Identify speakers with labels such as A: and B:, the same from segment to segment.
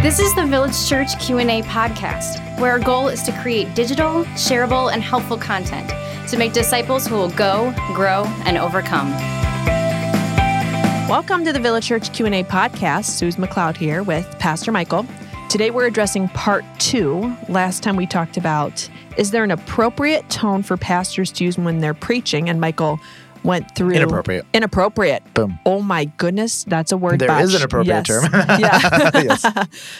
A: This is the Village Church Q&A podcast, where our goal is to create digital, shareable, and helpful content to make disciples who will go, grow, and overcome.
B: Welcome to the Village Church Q&A podcast. Suze McLeod here with Pastor Michael. Today we're addressing part 2. Last time we talked about is there an appropriate tone for pastors to use when they're preaching and Michael went through
C: Inappropriate.
B: Inappropriate.
C: Boom.
B: Oh my goodness, that's a word
C: There
B: botch.
C: is an
B: yes.
C: appropriate term.
B: yeah.
C: Yes.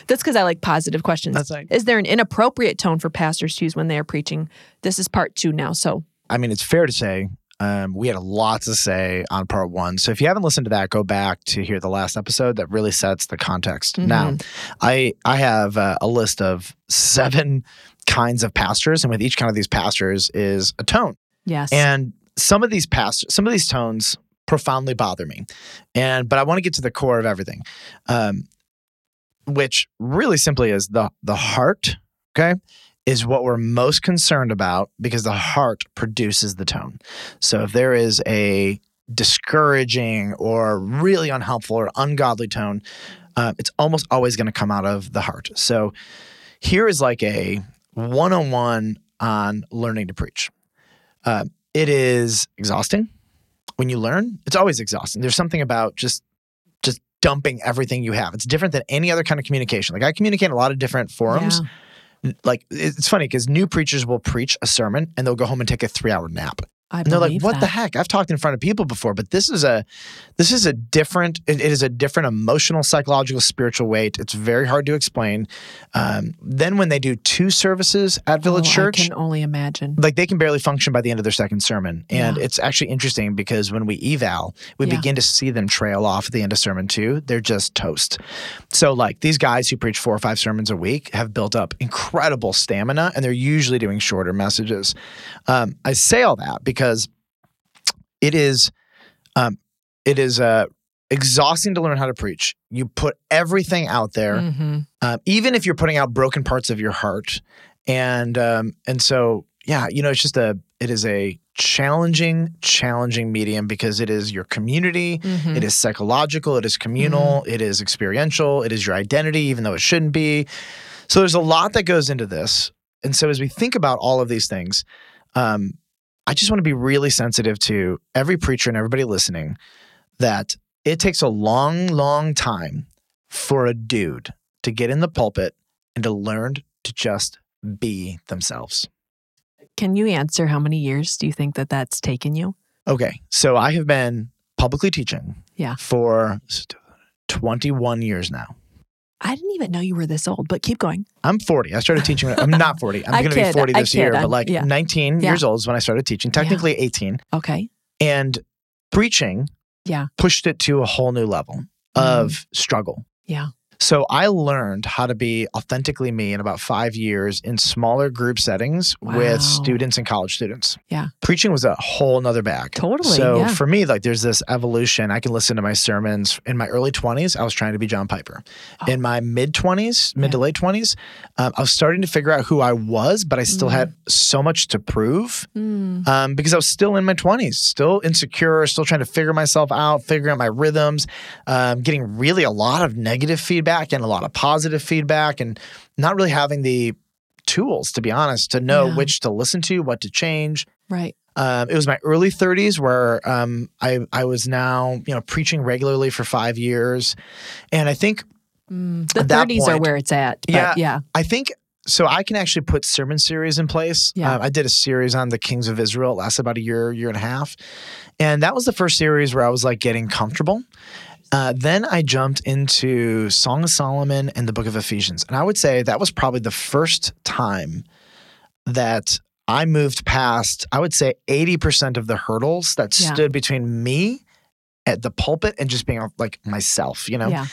B: That's because I like positive questions.
C: That's right.
B: Is there an inappropriate tone for pastors to use when they are preaching? This is part 2 now. So,
C: I mean, it's fair to say um, we had a lot to say on part one. So if you haven't listened to that, go back to hear the last episode that really sets the context. Now, I I have uh, a list of seven kinds of pastors, and with each kind of these pastors is a tone.
B: yes.
C: And some of these past, some of these tones profoundly bother me, and but I want to get to the core of everything, um, which really simply is the the heart. Okay, is what we're most concerned about because the heart produces the tone. So if there is a discouraging or really unhelpful or ungodly tone, uh, it's almost always going to come out of the heart. So here is like a one on one on learning to preach. Uh, it is exhausting when you learn. It's always exhausting. There's something about just just dumping everything you have. It's different than any other kind of communication. Like I communicate in a lot of different forums. Like it- it's funny because new preachers will preach a sermon and they'll go home and take a three hour nap.
B: I
C: And they're like,
B: believe
C: "What the
B: that.
C: heck? I've talked in front of people before, but this is a, this is a different. It, it is a different emotional, psychological, spiritual weight. It's very hard to explain." Um, then when they do two services at Village
B: Oh,
C: Church,
B: I can only imagine.
C: like they can barely function by the end of their second sermon. And
B: Mm-hmm. Yeah.
C: it's actually interesting because when we eval, we
B: Yeah.
C: begin to see them trail off at the end of sermon two. They're just toast. So, like these guys who preach four or five sermons a week have built up incredible stamina and they're usually doing shorter messages. Um, I say all that because it is, um, it is, uh, Exhausting to learn how to preach. You put everything out there
B: Mm-hmm.
C: um, even if you're putting out broken parts of your heart and um, and so yeah you know it's just a it is a challenging challenging medium because it is your community
B: Mm-hmm.
C: it is psychological it is communal it is experiential it is your identity even though it shouldn't be so there's a lot that goes into this and so as we think about all of these things um, i just want to be really sensitive to every preacher and everybody listening that it takes a long long time for a dude to get in the pulpit and to learn to just be themselves.
B: Can you answer how many years do you think that that's taken you?
C: Okay, so I have been publicly teaching
B: Yeah.
C: for s- 21 years now.
B: I didn't even know you were this old, but keep going.
C: I'm 40. I started teaching. when- I'm not 40. I'm
B: I
C: going to be
B: kid,
C: 40
B: I
C: this year,
B: kid, I'm-
C: but like
B: yeah.
C: 19
B: Yeah.
C: years old is when I started teaching, technically 18.
B: Okay.
C: And preaching
B: Yeah. Mm-hmm.
C: pushed it to a whole new level of struggle.
B: Yeah.
C: So I learned how to be authentically me in about five years in smaller group settings
B: Wow.
C: with students and college students.
B: Yeah.
C: Preaching was a whole nother bag.
B: Totally,
C: So
B: yeah.
C: for me, like there's this evolution. I can listen to my sermons in my early 20s. I was trying to be John Piper.
B: Oh.
C: In my mid 20s, mid
B: Yeah.
C: to late 20s, um, I was starting to figure out who I was, but I still
B: Mhm.
C: had so much to prove
B: Mm.
C: um, because I was still in my 20s, still insecure, still trying to figure myself out, figuring out my rhythms, um, getting really a lot of negative feedback and a lot of positive feedback, and not really having the tools, to be honest, to know
B: Yeah.
C: which to listen to, what to change.
B: Right.
C: Um, it was my early 30s where um, I I was now you know preaching regularly for five years, and I think
B: Mm. The
C: At that
B: 30s are
C: point-
B: where it's at. But yeah.
C: Yeah.
B: Yeah.
C: I think so. I can actually put sermon series in place.
B: Yeah.
C: Um, I did a series on the kings of Israel. It lasted about a year, year and a half, and that was the first series where I was like getting comfortable. Uh, then I jumped into Song of Solomon and the Book of Ephesians, and I would say that was probably the first time that I moved past. I would say eighty percent of the hurdles that
B: Yeah.
C: stood between me at the pulpit and just being like myself. You know.
B: Yeah.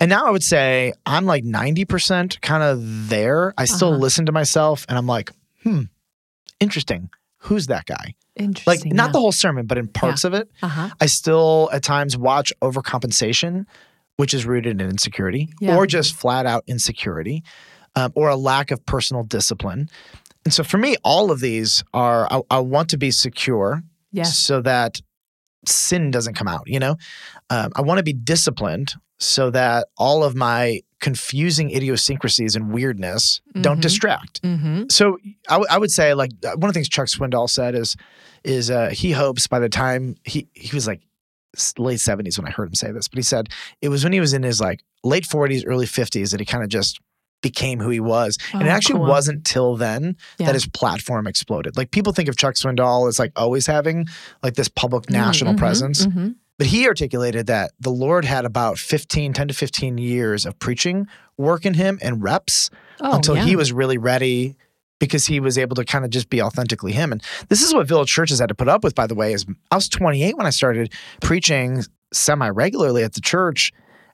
C: And now I would say I'm like 90% kind of there. I still
B: Uh-huh.
C: listen to myself and I'm like, hmm, interesting. Who's that guy? Like,
B: Interesting.
C: not the whole sermon, but in parts of it.
B: the uh-huh.
C: I still at times watch overcompensation, which is rooted in insecurity
B: Yeah.
C: or just flat out insecurity um, or a lack of personal discipline. And so for me, all of these are, I, I want to be secure
B: Yes.
C: so that sin doesn't come out. You know, um, I want to be disciplined so that all of my confusing idiosyncrasies and weirdness don't
B: Mhm.
C: distract.
B: Mm-hmm.
C: So I, w- I would say like uh, one of the things Chuck Swindoll said is is uh, he hopes by the time he he was like s- late seventies when I heard him say this, but he said it was when he was in his like late forties, early fifties that he kind of just became who he was, and it
B: Oh,
C: actually
B: cool.
C: wasn't till then
B: Yeah.
C: that his platform exploded. Like people think of Chuck Swindoll as like always having like this public national
B: Mhm,
C: presence,
B: mhm.
C: but he articulated that the Lord had about 15, 10 to 15 years of preaching work in him and reps
B: Oh,
C: until
B: yeah.
C: he was really ready because he was able to kind of just be authentically him. And this is what Village Churches had to put up with, by the way, is I was 28 when I started preaching semi-regularly at the church,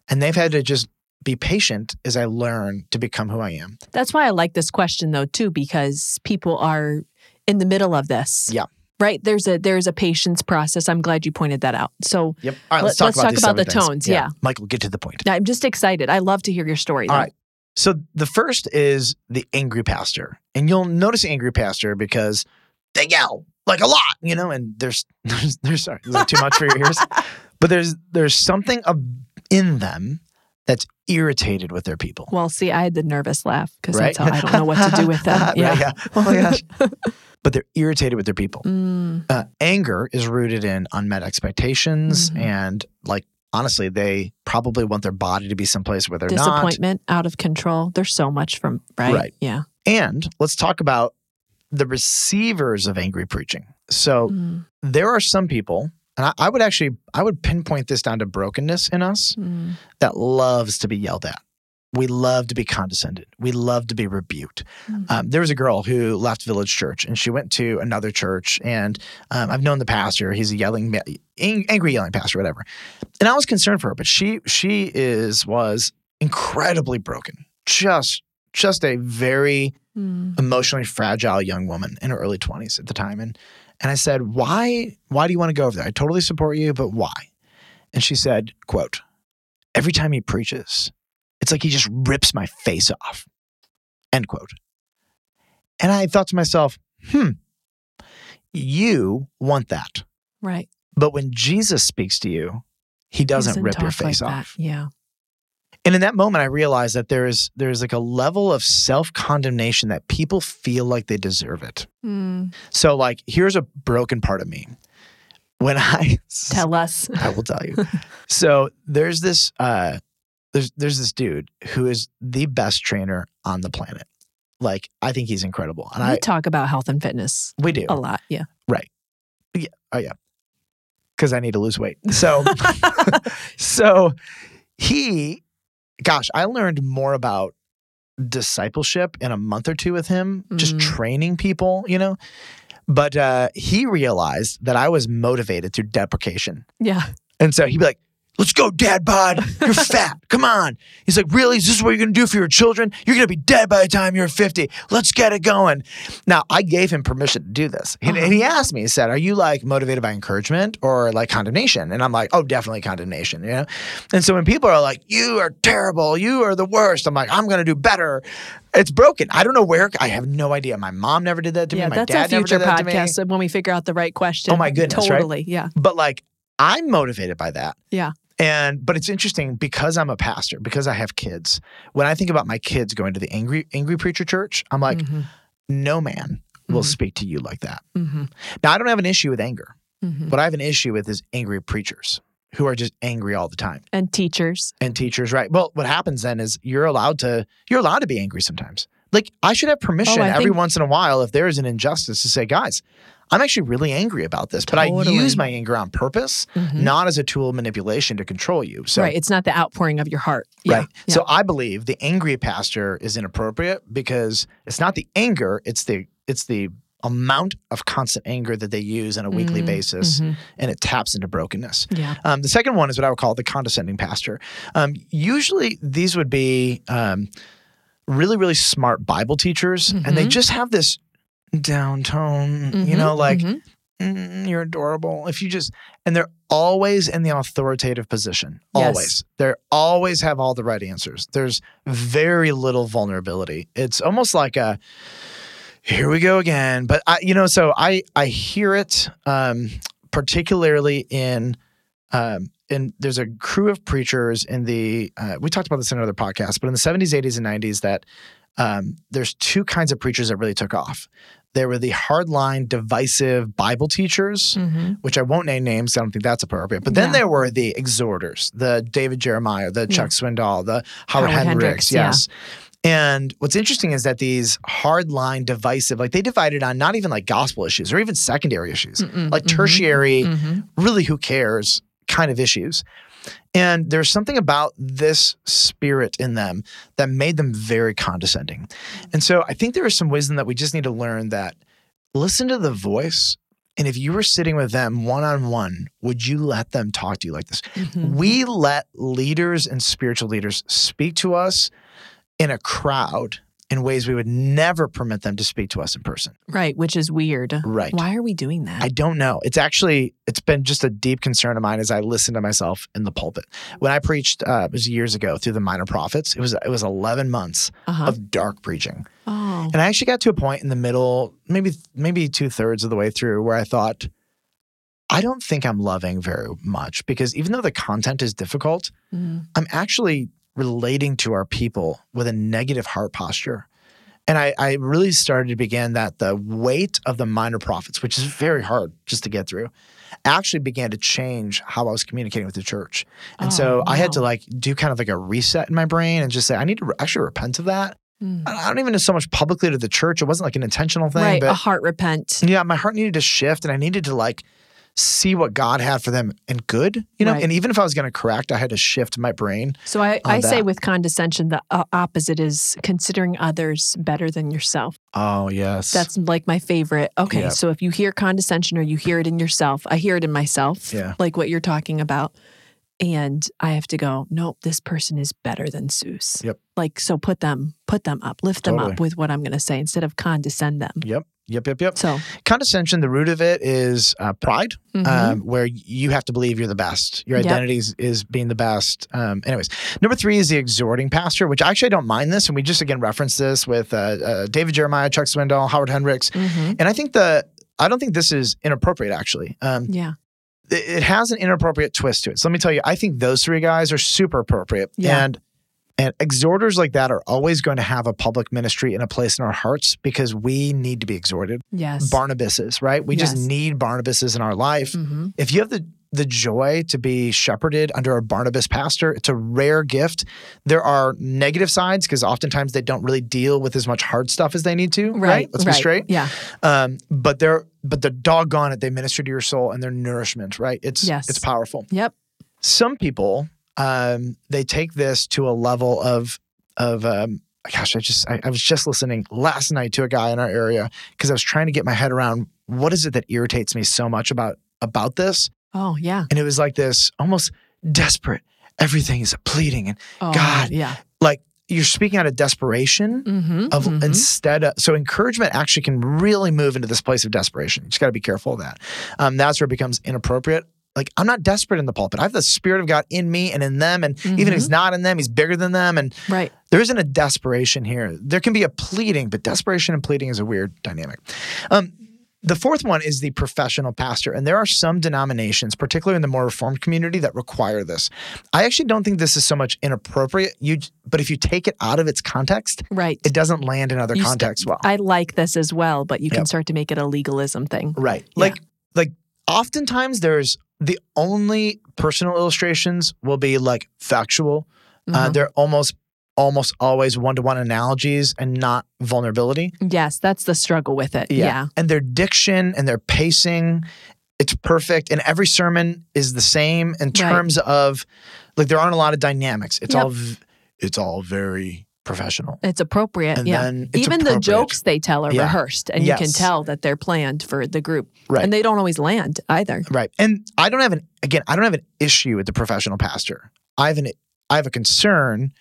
C: and they've had to just be patient as I learn to become who I am.
B: That's why I like this question though too, because people are in the middle of this.
C: Yeah.
B: Right. There's a there's a patience process. I'm glad you pointed that out. So
C: Yep. All right,
B: Let-
C: let's talk
B: let's
C: about,
B: talk
C: these
B: about
C: seven
B: the
C: things.
B: tones, yeah.
C: Michael, get to the point.
B: I'm just excited. I love to hear your story.
C: All
B: though.
C: right. So the first is the angry pastor. And you'll notice the angry pastor because they yell like a lot, you know, and there's there's there's sorry, is that too much for your ears? But there's there's something ab- in them that's irritated with their people.
B: Well, see, I had the nervous laugh because
C: right?
B: that's how I don't know what to do with them.
C: Right,
B: yeah.
C: Oh my gosh. but they're irritated with their people.
B: Mm,
C: Uh, anger is rooted in unmet expectations
B: Mhm.
C: and like honestly, they probably want their body to be someplace where they're not.
B: disappointment, out of control. There's so much from right.
C: Right.
B: Yeah.
C: And let's talk about the receivers of angry preaching. So
B: Mm,
C: there are some people, and I, I would actually I would pinpoint this down to brokenness in us
B: mm,
C: that loves to be yelled at. We love to be condescended. We love to be rebuked.
B: Mm.
C: Um, there was a girl who left Village Church and she went to another church. And um, I've known the pastor. He's a yelling, ma- ang- angry yelling pastor, whatever. And I was concerned for her, but she she is was incredibly broken. Just just a very
B: mm.
C: emotionally fragile young woman in her early 20s at the time and and I said, "Why why do you want to go over there? I totally support you, but why?" And she said, quote, "Every time he preaches, it's like he just rips my face off." End quote. And I thought to myself, "Hmm. You want that.
B: Right.
C: But when Jesus speaks to you, he doesn't,
B: Doesn't
C: rip your
B: talk like
C: face
B: that.
C: off."
B: Yeah.
C: And in that moment, I realized that there is there is like a level of self condemnation that people feel like they deserve it.
B: Mm,
C: So, like, here's a broken part of me. When I
B: Tell us.
C: I will tell you. so there's this uh, there's there's this dude who is the best trainer on the planet. Like, I think he's incredible, and
B: we
C: I
B: talk about health and fitness
C: we do
B: a lot. Yeah.
C: because I need to lose weight. So so he, gosh, I learned more about discipleship in a month or two with him, just
B: Mm.
C: training people, you know. But uh, he realized that I was motivated through deprecation.
B: yeah.
C: And so he'd be like, let's go, dad bod. You're fat. Come on. He's like, really? Is this what you're going to do for your children? You're going to be dead by the time you're 50. Let's get it going. Now, I gave him permission to do this. And, and
B: Uh-huh.
C: he asked me, he said, are you like motivated by encouragement or like condemnation? And I'm like, oh, definitely condemnation, you know? And so when people are like, you are terrible. You are the worst. I'm like, I'm going to do better. It's broken. I don't know where. I have no idea. My mom never did that to
B: yeah,
C: me. My
B: that's
C: dad
B: a future
C: never did that to me.
B: podcast of when we figure out the right question.
C: Oh my goodness, right?
B: Totally. Yeah.
C: but like I'm motivated by that.
B: Yeah.
C: And but it's interesting because I'm a pastor, because I have kids. When I think about my kids going to the angry angry preacher church, I'm like,
B: Mhm,
C: no man will
B: Mhm.
C: speak to you like that.
B: mhm,
C: Now I don't have an issue with anger.
B: mhm.
C: What I have an issue with is angry preachers who are just angry all the time.
B: And teachers.
C: And teachers, right? Well, what happens then is you're allowed to you're allowed to be angry sometimes. Like I should have permission
B: Oh, I
C: every
B: think-
C: once in a while if there is an injustice to say, guys, I'm actually really angry about this, but I
B: Totally.
C: use my anger on purpose
B: Mhm.
C: not as a tool of manipulation to control you. So,
B: right. It's not the outpouring of your heart. Yeah.
C: right. So I believe the angry pastor is inappropriate because it's not the anger, it's the it's the amount of constant anger that they use on a weekly
B: Mm,
C: basis
B: Mhm.
C: and it taps into brokenness.
B: Yeah.
C: Um, the second one is what I would call the condescending pastor. Um, usually these would be um, really, really smart Bible teachers, and they
B: Mhm.
C: just have this down tone, you
B: Mhm,
C: know, like
B: mhm.
C: mm, you're adorable. If you just, and they're always in the authoritative position.
B: Yes.
C: Always. They're always have all the right answers. There's very little vulnerability. It's almost like a, here we go again. But I, you know, so I, I hear it, um, particularly in Um, and there's a crew of preachers in the, uh, we talked about this in another podcast, but in the 70s, 80s, and 90s, that um, there's two kinds of preachers that really took off. There were the hardline, divisive Bible teachers,
B: Mm-hmm.
C: which I won't name names. I don't think that's appropriate. But then
B: Yeah.
C: there were the exhorters, the David Jeremiah, the Chuck Swindoll, the
B: Howard
C: Howard, Hendricks.
B: Hendricks, yeah.
C: Yes. And what's interesting is that these hardline, divisive, like they divided on not even like gospel issues or even secondary issues, like
B: Mm-hmm.
C: tertiary, really who cares kind of issues. And there's something about this spirit in them that made them very condescending. And so I think there is some wisdom that we just need to learn that listen to the voice. And if you were sitting with them one on one, would you let them talk to you like this?
B: Mm-hmm.
C: We let leaders and spiritual leaders speak to us in a crowd in ways we would never permit them to speak to us in person.
B: Right, which is weird.
C: Right.
B: Why are we doing that?
C: I don't know. It's actually it's been just a deep concern of mine as I listen to myself in the pulpit. When I preached uh, it was years ago through the Minor Prophets, it was it was eleven months
B: uh-huh.
C: of dark preaching,
B: Oh,
C: and I actually got to a point in the middle, maybe maybe two thirds of the way through, where I thought, I don't think I'm loving very much because even though the content is difficult,
B: Mhm.
C: I'm actually relating to our people with a negative heart posture. And I, I really started to begin that the weight of the minor prophets, which is very hard just to get through, actually began to change how I was communicating with the church. And so
B: Oh,
C: I had to
B: wow.
C: like do kind of like a reset in my brain and just say, I need to re- actually repent of that.
B: Mm.
C: I I don't even know so much publicly to the church. It wasn't like an intentional thing,
B: right.
C: but
B: A heart repent.
C: yeah, my heart needed to shift and I needed to like see what God had for them and good, you know?
B: Right.
C: And even if I was going to correct, I had to shift my brain
B: So I,
C: on
B: I say
C: that.
B: with condescension, the uh, opposite is considering others better than yourself.
C: Oh yes,
B: That's like my favorite. Okay,
C: Yeah.
B: so if you hear condescension or you hear it in yourself, I hear it in myself,
C: Yeah.
B: like what you're talking about. And I have to go, nope, this person is better than Seuss.
C: Yep.
B: Like, so put them, put them up, lift them
C: Totally.
B: up with what I'm going to say instead of condescend them.
C: yep, yep, yep, yep.
B: So,
C: Condescension. The root of it is uh, pride,
B: mhm.
C: um, where you have to believe you're the best. Your
B: Yep.
C: identity is, is being the best. Um, anyways, number three is the exhorting pastor, which actually I don't mind this, and we just again reference this with uh, uh, David Jeremiah, Chuck Swindoll, Howard Hendricks,
B: mhm.
C: and I think the I don't think this is inappropriate actually. Um,
B: yeah,
C: it it has an inappropriate twist to it. So let me tell you, I think those three guys are super appropriate.
B: Yeah.
C: And and exhorters like that are always going to have a public ministry and a place in our hearts because we need to be exhorted.
B: yes.
C: Barnabases, right? We just
B: Yes.
C: need Barnabases in our life.
B: hmm
C: If you have the the joy to be shepherded under a Barnabas pastor, it's a rare gift. There are negative sides because oftentimes they don't really deal with as much hard stuff as they need to. Right. Let's be straight.
B: Yeah,
C: Um, but they're but they're doggone it. They minister to your soul and their nourishment, right? It's
B: Yes.
C: it's powerful.
B: yep.
C: Some people um, they take this to a level of of um, gosh, I just I, I was just listening last night to a guy in our area because I was trying to get my head around what is it that irritates me so much about about this,
B: Oh, yeah.
C: and it was like this almost desperate. Everything is pleading, and
B: Oh,
C: God.
B: Yeah.
C: you're speaking out of desperation
B: Mm-hmm.
C: of instead of so encouragement actually can really move into this place of desperation. You just got to be careful of that. Um, that's where it becomes inappropriate. Like I'm not desperate in the pulpit. I have the spirit of God in me and in them, and even if He's not in them, He's bigger than them. And
B: Right.
C: there isn't a desperation here. There can be a pleading, but desperation and pleading is a weird dynamic. Um, the fourth one is the professional pastor. And there are some denominations, particularly in the more reformed community, that require this. I actually don't think this is so much inappropriate, you, but if you take it out of its context,
B: Right.
C: it doesn't land in other
B: You st-
C: contexts well.
B: I like this as well, but you can
C: Yep.
B: start to make it a legalism thing.
C: right.
B: Yeah.
C: Like like oftentimes there's the only personal illustrations will be like factual. Uh,
B: Mhm.
C: they're almost almost always one-to-one analogies and not vulnerability.
B: Yes, that's the struggle with it. Yeah.
C: And their diction and their pacing it's perfect and every sermon is the same in terms of like there aren't a lot of dynamics. It's
B: Yep.
C: all v- it's all very professional.
B: It's appropriate.
C: And
B: yeah.
C: then it's
B: Even the
C: appropriate.
B: jokes they tell are
C: Yeah.
B: rehearsed, and you can
C: Yes.
B: tell that they're planned for the group.
C: Right.
B: And they don't always land either.
C: Right. And I don't have an again, I don't have an issue with the professional pastor. I have an I have a concern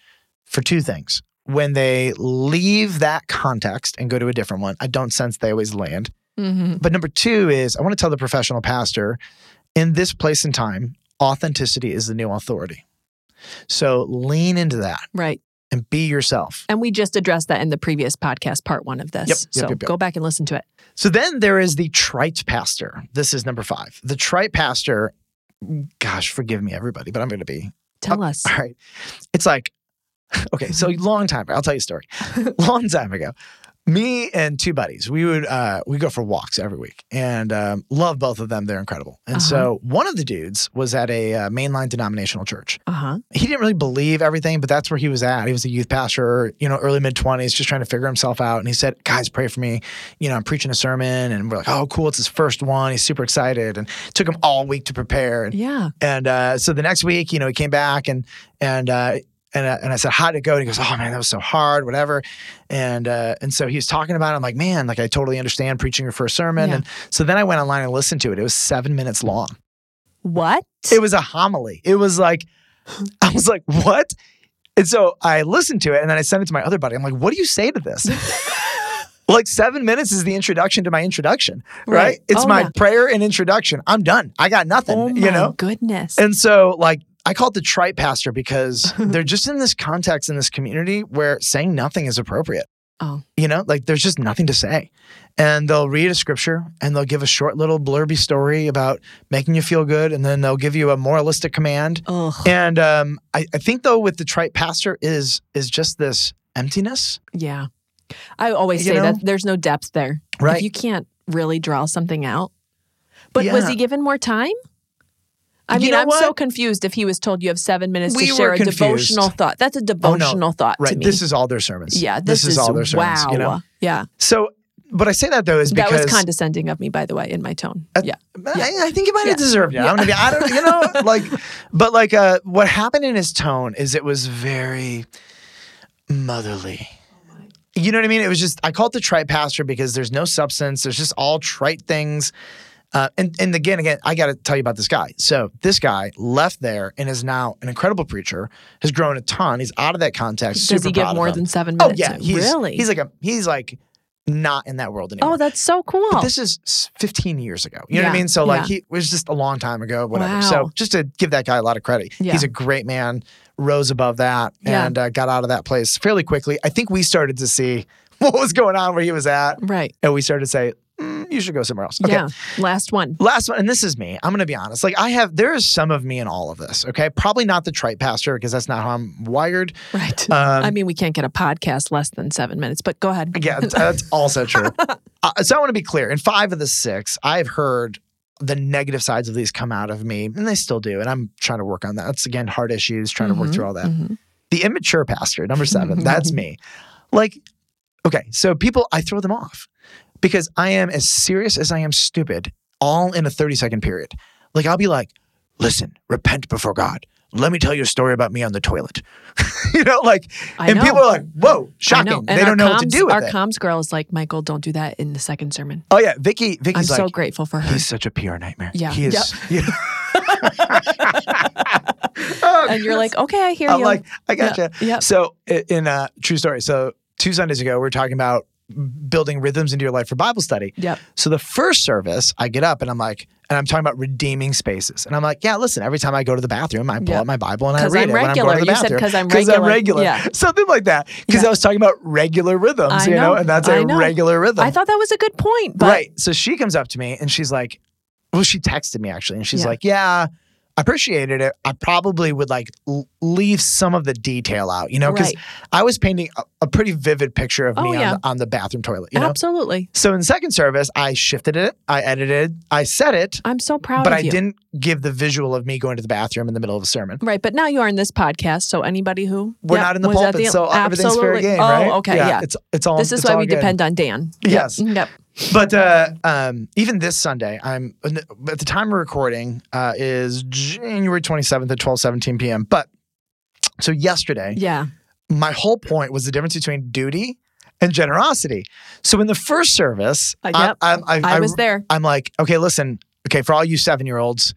C: for two things. When they leave that context and go to a different one, I don't sense they always land.
B: Mm-hmm.
C: But number two is I want to tell the professional pastor in this place and time, authenticity is the new authority. So lean into that
B: Right.
C: and be yourself.
B: And we just addressed that in the previous podcast, part one of this.
C: Yep, yep,
B: so
C: yep, yep.
B: go back and listen to it.
C: So then there is the trite pastor. This is number five. The trite pastor gosh, forgive me, everybody, but I'm going to be
B: Tell us.
C: all right. It's like, okay, so long time. I'll tell you a story. long time ago, me and two buddies, we would uh, we go for walks every week and um, love both of them. They're incredible. And so one of the dudes was at a uh, mainline denominational church.
B: Uh huh.
C: He didn't really believe everything, but that's where he was at. He was a youth pastor, you know, early mid twenties, just trying to figure himself out. And he said, "Guys, pray for me. You know, I'm preaching a sermon." And we're like, "Oh, cool! It's his first one. He's super excited." And it took him all week to prepare. And
B: Yeah.
C: and uh, so the next week, you know, he came back and and uh, and uh, and I said, "How'd it go?" And he goes, "Oh man, that was so hard, whatever." And uh, and so he was talking about. It. I'm like, "Man, like I totally understand preaching your first sermon."
B: Yeah.
C: And so then I went online and listened to it. It was seven minutes long.
B: What?
C: It was a homily. It was like, I was like, "What?" And so I listened to it, and then I sent it to my other buddy. I'm like, "What do you say to this?" Like seven minutes is the introduction to my introduction, right?
B: Right.
C: It's
B: Oh,
C: my
B: yeah.
C: prayer and introduction. I'm done. I got nothing,
B: oh my
C: you know?
B: goodness.
C: And so, like, I call it the tripe pastor because they're just in this context in this community where saying nothing is appropriate.
B: Oh.
C: You know, like there's just nothing to say. And they'll read a scripture and they'll give a short little blurby story about making you feel good. And then they'll give you a moralistic command.
B: Ugh.
C: And um, I, I think though with the tripe pastor is is just this emptiness.
B: Yeah. I always say
C: You know?
B: that there's no depth there. If
C: Right.
B: you can't really draw something out. But was
C: Yeah.
B: he given more time? I
C: You
B: mean,
C: know
B: I'm so
C: what?
B: confused if he was told you have seven minutes
C: We
B: to
C: were
B: share a
C: confused. Oh,
B: devotional thought. That's a devotional thought to
C: right.
B: me.
C: This is all their sermons.
B: yeah, this,
C: is, all their sermons.
B: wow.
C: You know?
B: Yeah,
C: So but I say that though is
B: that
C: because
B: was condescending of me, by the way, in my tone.
C: Uh,
B: yeah,
C: I, I think he might
B: Yeah.
C: have deserved it. I'm gonna be, I don't, you know, like, but like, uh, what happened in his tone is it was very motherly. You know what I mean? It was just I call it the trite pastor because there's no substance. There's just all trite things. Uh, and and again, again, I got to tell you about this guy. So this guy left there and is now an incredible preacher. Has grown a ton. He's out of that context.
B: does
C: super
B: he give
C: proud of
B: more
C: him.
B: than seven
C: Oh
B: minutes?
C: yeah, he's,
B: really?
C: He's like a he's like not in that world anymore.
B: oh, that's so cool.
C: But this is s- 15 years ago. You know what I
B: Yeah,
C: mean? So like
B: yeah.
C: he it was just a long time ago, whatever.
B: Wow.
C: So just to give that guy a lot of credit,
B: Yeah.
C: he's a great man. Rose above that
B: Yeah.
C: and uh, got out of that place fairly quickly. I think we started to see what was going on where he was at,
B: right?
C: and we started to say, "Mm, "You should go somewhere else." Okay.
B: Yeah. Last one.
C: Last one, and this is me. I'm going to be honest. Like I have, there is some of me in all of this. Okay, probably not the trite pastor because that's not how I'm wired.
B: Right.
C: Um,
B: I mean, we can't get a podcast less than seven minutes. But go ahead.
C: Yeah, that's also true. uh, so I want to be clear. In five of the six, I've heard the negative sides of these come out of me, and they still do. And I'm trying to work on that. That's again hard issues, trying to work
B: Mhm,
C: through all that.
B: mhm.
C: The immature pastor, number seven, that's me. Like, okay, so people, I throw them off because I am as serious as I am stupid, all in a 30 second period. Like, I'll be like, listen, repent before God. Let me tell you a story about me on the toilet. you know, like,
B: I
C: and
B: know.
C: people are like, whoa,
B: I
C: shocking.
B: know.
C: They
B: And our
C: don't know what to
B: comms-
C: do with
B: Our
C: it.
B: comms girl is like, Michael, don't do that in the second sermon.
C: Oh yeah, Vicky.
B: I'm
C: Vicky's
B: so
C: like
B: grateful for her.
C: he's such a PR nightmare.
B: Yeah.
C: he is. Yeah.
B: And you're like, okay, I hear
C: I'm
B: you.
C: like, Oh, I gotcha.
B: Yeah, yep.
C: So i- in uh, true story, so two Sundays ago, we were talking about building rhythms into your life for Bible study.
B: Yep.
C: So the first service, I get up and I'm like, and I'm talking about redeeming spaces, and I'm like, yeah, listen, every time I go to the bathroom, I pull
B: Yeah.
C: out my Bible and I
B: 'Cause
C: read
B: I'm
C: it when I'm
B: regular.
C: going to the
B: You said,
C: bathroom
B: 'cause I'm
C: I'm
B: regular.
C: regular,
B: Yeah.
C: something like that. Because
B: Yeah.
C: I was talking about regular rhythms,
B: I
C: you
B: know.
C: know, and that's
B: I
C: a
B: know.
C: regular rhythm
B: I thought that was a good point, but
C: right. So she comes up to me and she's like, well, she texted me actually, and she's
B: Yeah.
C: like, yeah, I appreciated it. I probably would like l- leave some of the detail out, you know, because
B: Right.
C: I was painting a, a pretty vivid picture of
B: Oh,
C: me
B: yeah.
C: on, the, on the bathroom toilet, you know.
B: absolutely.
C: So in second service, I shifted it, I edited, I said it,
B: I'm so proud
C: but
B: of
C: I
B: you.
C: didn't give the visual of me going to the bathroom in the middle of a sermon.
B: Right, but now you are in this podcast, so anybody who
C: We're
B: Yep,
C: not in the
B: was at
C: pulpit, so everything's fair
B: absolutely.
C: game,
B: oh,
C: right?
B: okay, yeah.
C: it's it's all.
B: this is
C: it's
B: why
C: all
B: we
C: good.
B: depend on Dan.
C: Yes.
B: Yep. Yep.
C: But uh, um, even this Sunday, I'm at the time of recording uh, is January 27th at 12:17 p.m. But so yesterday,
B: Yeah.
C: my whole point was the difference between duty and generosity. So in the first service,
B: Uh,
C: I-
B: yep.
C: I'm- I,
B: I was there.
C: I'm like, okay, listen, okay, for all you seven year olds,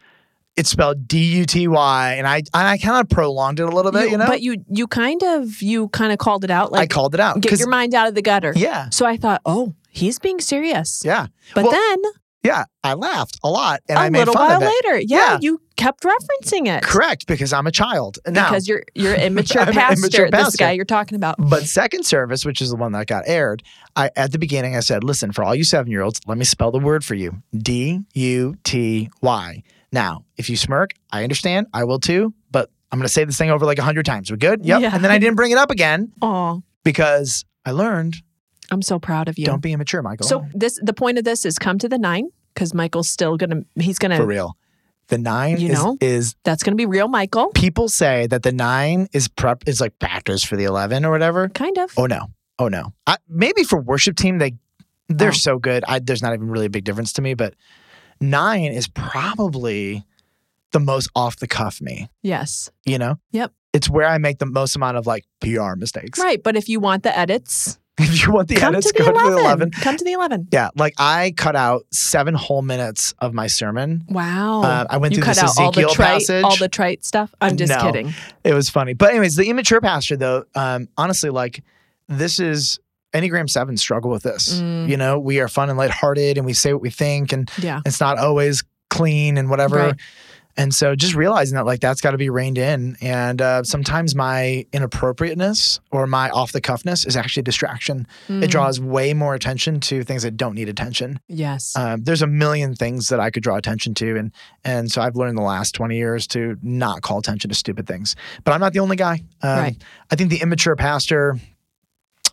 C: it's spelled D U T Y, and I and I kind of prolonged it a little bit, you, know.
B: But you you kind of you kind of called it out
C: I
B: like
C: called it out
B: get your mind out of the gutter.
C: yeah,
B: So I thought, "Oh, he's being serious."
C: yeah,
B: But
C: Well,
B: then
C: yeah. I laughed a lot, and I
B: a
C: made
B: little
C: fun
B: while
C: of it.
B: later, yeah,
C: Yeah.
B: you kept referencing it.
C: Correct, because I'm a child now.
B: Because you're you're immature
C: I'm an
B: pastor,
C: immature
B: this
C: pastor.
B: guy you're talking about.
C: But second service, which is the one that got aired, I at the beginning I said, "Listen, for all you seven year olds, let me spell the word for you: D U T Y." Now, if you smirk, I understand. I will too. But I'm going to say this thing over like 100 times. We good? Yep.
B: Yeah.
C: And then I didn't bring it up again
B: Oh,
C: because I learned
B: I'm so proud of you.
C: don't be immature, Michael.
B: So this the point of this is come to the nine because Michael's still gonna he's
C: for
B: gonna
C: real. The nine
B: uh, You
C: is,
B: know?
C: is
B: that's gonna be real Michael
C: people say that the nine is prep is like practice for the 11 or whatever.
B: kind of
C: Oh no. Oh no. I, maybe for worship team they they're
B: Oh.
C: so good. I, there's not even really a big difference to me, but 9 is probably the most off the cuff me,
B: yes
C: you know?
B: Yep.
C: It's where I make the most amount of like PR mistakes.
B: right but if you want the edits
C: If you want the
B: come
C: edits,
B: to the,
C: go
B: 11.
C: to the 11.
B: come to the eleven
C: Yeah, like I cut out 7 whole minutes of my sermon.
B: wow
C: Uh, I went
B: you
C: through
B: cut out
C: this
B: all
C: Ezekiel
B: the trite
C: passage.
B: all the trite stuff I'm just
C: No.
B: kidding
C: It was funny. But anyways, the immature pastor though, um, honestly, like this is Enneagram seven struggle with this.
B: Mm.
C: You know, we are fun and lighthearted and we say what we think and
B: yeah
C: it's not always clean and whatever.
B: Right.
C: And so just realizing that like that's gotta be reined in. And uh, sometimes my inappropriateness or my off the cuffness is actually a distraction. It
B: Mm.
C: draws way more attention to things that don't need attention.
B: Mm-hmm. yes
C: Um, there's a million things that I could draw attention to, and and so I've learned in the last 20 years to not call attention to stupid things. But I'm not the only guy. Um,
B: Right.
C: I think the immature pastor,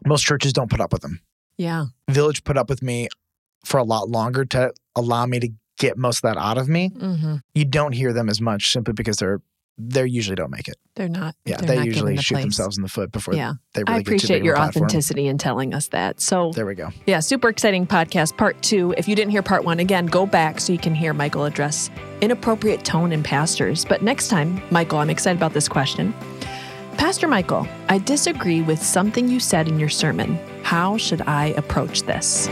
C: most churches don't put up with them.
B: yeah
C: Village put up with me for a lot longer to allow me to get most of that out of me.
B: hmm
C: You don't hear them as much simply because they're they usually don't make it.
B: they're not
C: Yeah,
B: they're
C: they
B: not
C: usually
B: given the
C: shoot
B: place.
C: themselves in the foot before
B: yeah
C: they
B: I
C: really get too big
B: appreciate
C: of a
B: your
C: platform.
B: authenticity in telling us that so
C: There we go.
B: Yeah, super exciting podcast, part two. If you didn't hear part one, again, go back so you can hear Michael address inappropriate tone in pastors. But next time, Michael, I'm excited about this question. Pastor Michael, I disagree with something you said in your sermon. How should I approach this?